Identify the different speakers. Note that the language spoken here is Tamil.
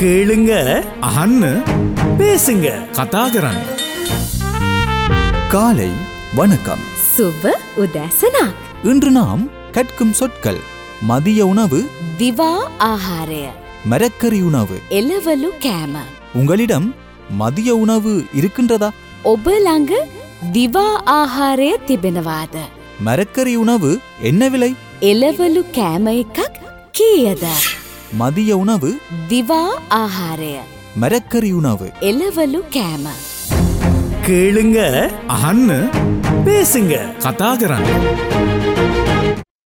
Speaker 1: கேளுங்க
Speaker 2: අහන්න
Speaker 1: பேசுங்க
Speaker 2: කතා කරන්න.
Speaker 3: காலை வணக்கம்
Speaker 4: සුබ උදැසනක්
Speaker 3: இன்று நாம் கற்கும் சொற்கள் மதிய உணவு
Speaker 4: දිවා ආහාරය
Speaker 3: மரக்கறி உணவு
Speaker 4: එලවලු කෑම
Speaker 3: உங்களிடம் மதிய உணவு இருக்கின்றதா
Speaker 4: ඔබ ළඟ දිවා ආහාරය තිබෙනවාද
Speaker 3: மரக்கறி உணவு என்ன விலை
Speaker 4: එලවලු කෑම එකක් කීයද
Speaker 3: மதிய உணவு
Speaker 4: දිවා ආහාරය
Speaker 3: மரக்கறி உணவு
Speaker 4: එලවලு කෑම
Speaker 1: கேளுங்க
Speaker 2: අහන්න
Speaker 1: பேசுங்க
Speaker 2: කතා කරන්න.